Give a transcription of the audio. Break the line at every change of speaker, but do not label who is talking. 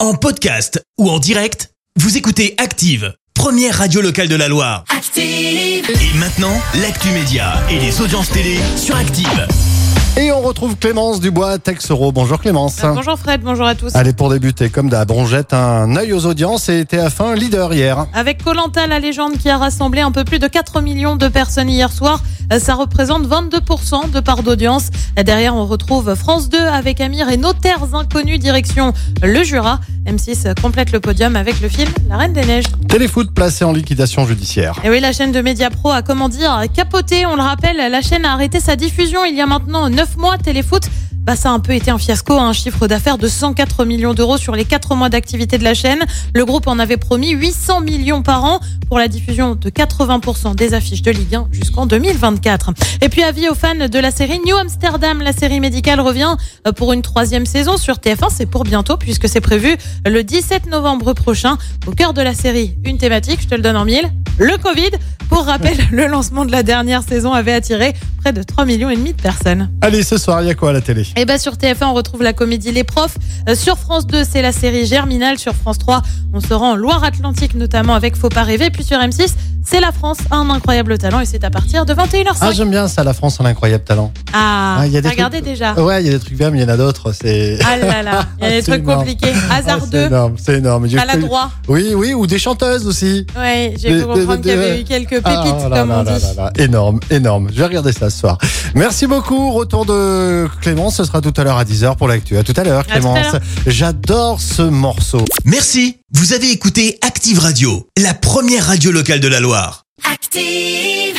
En podcast ou en direct, vous écoutez Active, première radio locale de la Loire.
Active.
Et maintenant, l'actu média et les audiences télé sur Active.
Et on retrouve Clémence Dubois, Texoro. Bonjour Clémence.
Euh, Bonjour Fred, bonjour à tous.
Allez, pour débuter, comme d'hab, on jette un œil aux audiences et TF1 leader hier.
Avec Colanta, la légende qui a rassemblé un peu plus de 4 millions de personnes hier soir, euh, ça représente 22% de part d'audience. Euh, Derrière, on retrouve France 2 avec Amir et Nos Terres Inconnues, direction le Jura. M6 complète le podium avec le film La Reine des Neiges.
Téléfoot placé en liquidation judiciaire.
Et oui, la chaîne de Media Pro a, comment dire, capoté. On le rappelle, la chaîne a arrêté sa diffusion il y a maintenant 9 mois. Téléfoot, bah, ça a un peu été un fiasco. hein, Un chiffre d'affaires de 104 millions d'euros sur les 4 mois d'activité de la chaîne. Le groupe en avait promis 800 millions par an pour la diffusion de 80% des affiches de Ligue 1 jusqu'en 2024. Et puis avis aux fans de la série New Amsterdam, la série médicale revient euh, pour une troisième saison sur TF1. C'est pour bientôt puisque c'est prévu le 17 novembre prochain. Au cœur de la série, une thématique, je te le donne en mille, le Covid. Pour rappel, le lancement de la dernière saison avait attiré près de 3,5 millions et demi de personnes.
Allez, ce soir, il y a quoi à la télé
Et ben sur TF1, on retrouve la comédie Les Profs. Euh, sur France 2, c'est la série Germinal. Sur France 3, on se rend en Loire-Atlantique, notamment avec Faut pas rêver. Puis sur M6, c'est la France a un incroyable talent et c'est à partir de 21h05.
Ah, j'aime bien ça, la France en incroyable talent.
Ah,
Ah, il y a des
t'as regardé
trucs-
déjà.
Ouais, il y a des trucs bien, mais il y en a d'autres. C'est
Ah là là, il y a des trucs
Absolument.
compliqués.
Ah, c'est
Hasardeux,
énorme, c'est énorme. J'ai cru-
maladroit.
Oui, oui, ou des chanteuses aussi.
Ouais,
Des-
j'ai
des-
pu comprendre
des-
qu'il y avait
des-
eu quelques pépites,
Ah, oh là
comme
là
on
là
dit.
là là, Énorme, énorme. Je vais regarder ça ce soir. Merci beaucoup. Retour de Clémence. Ce sera tout à l'heure à 10h pour l'actu. À tout à l'heure,
tout à
Clémence.
l'heure.
J'adore ce morceau.
Merci, vous avez écouté Active Radio, la première radio locale de la Loire.
Active.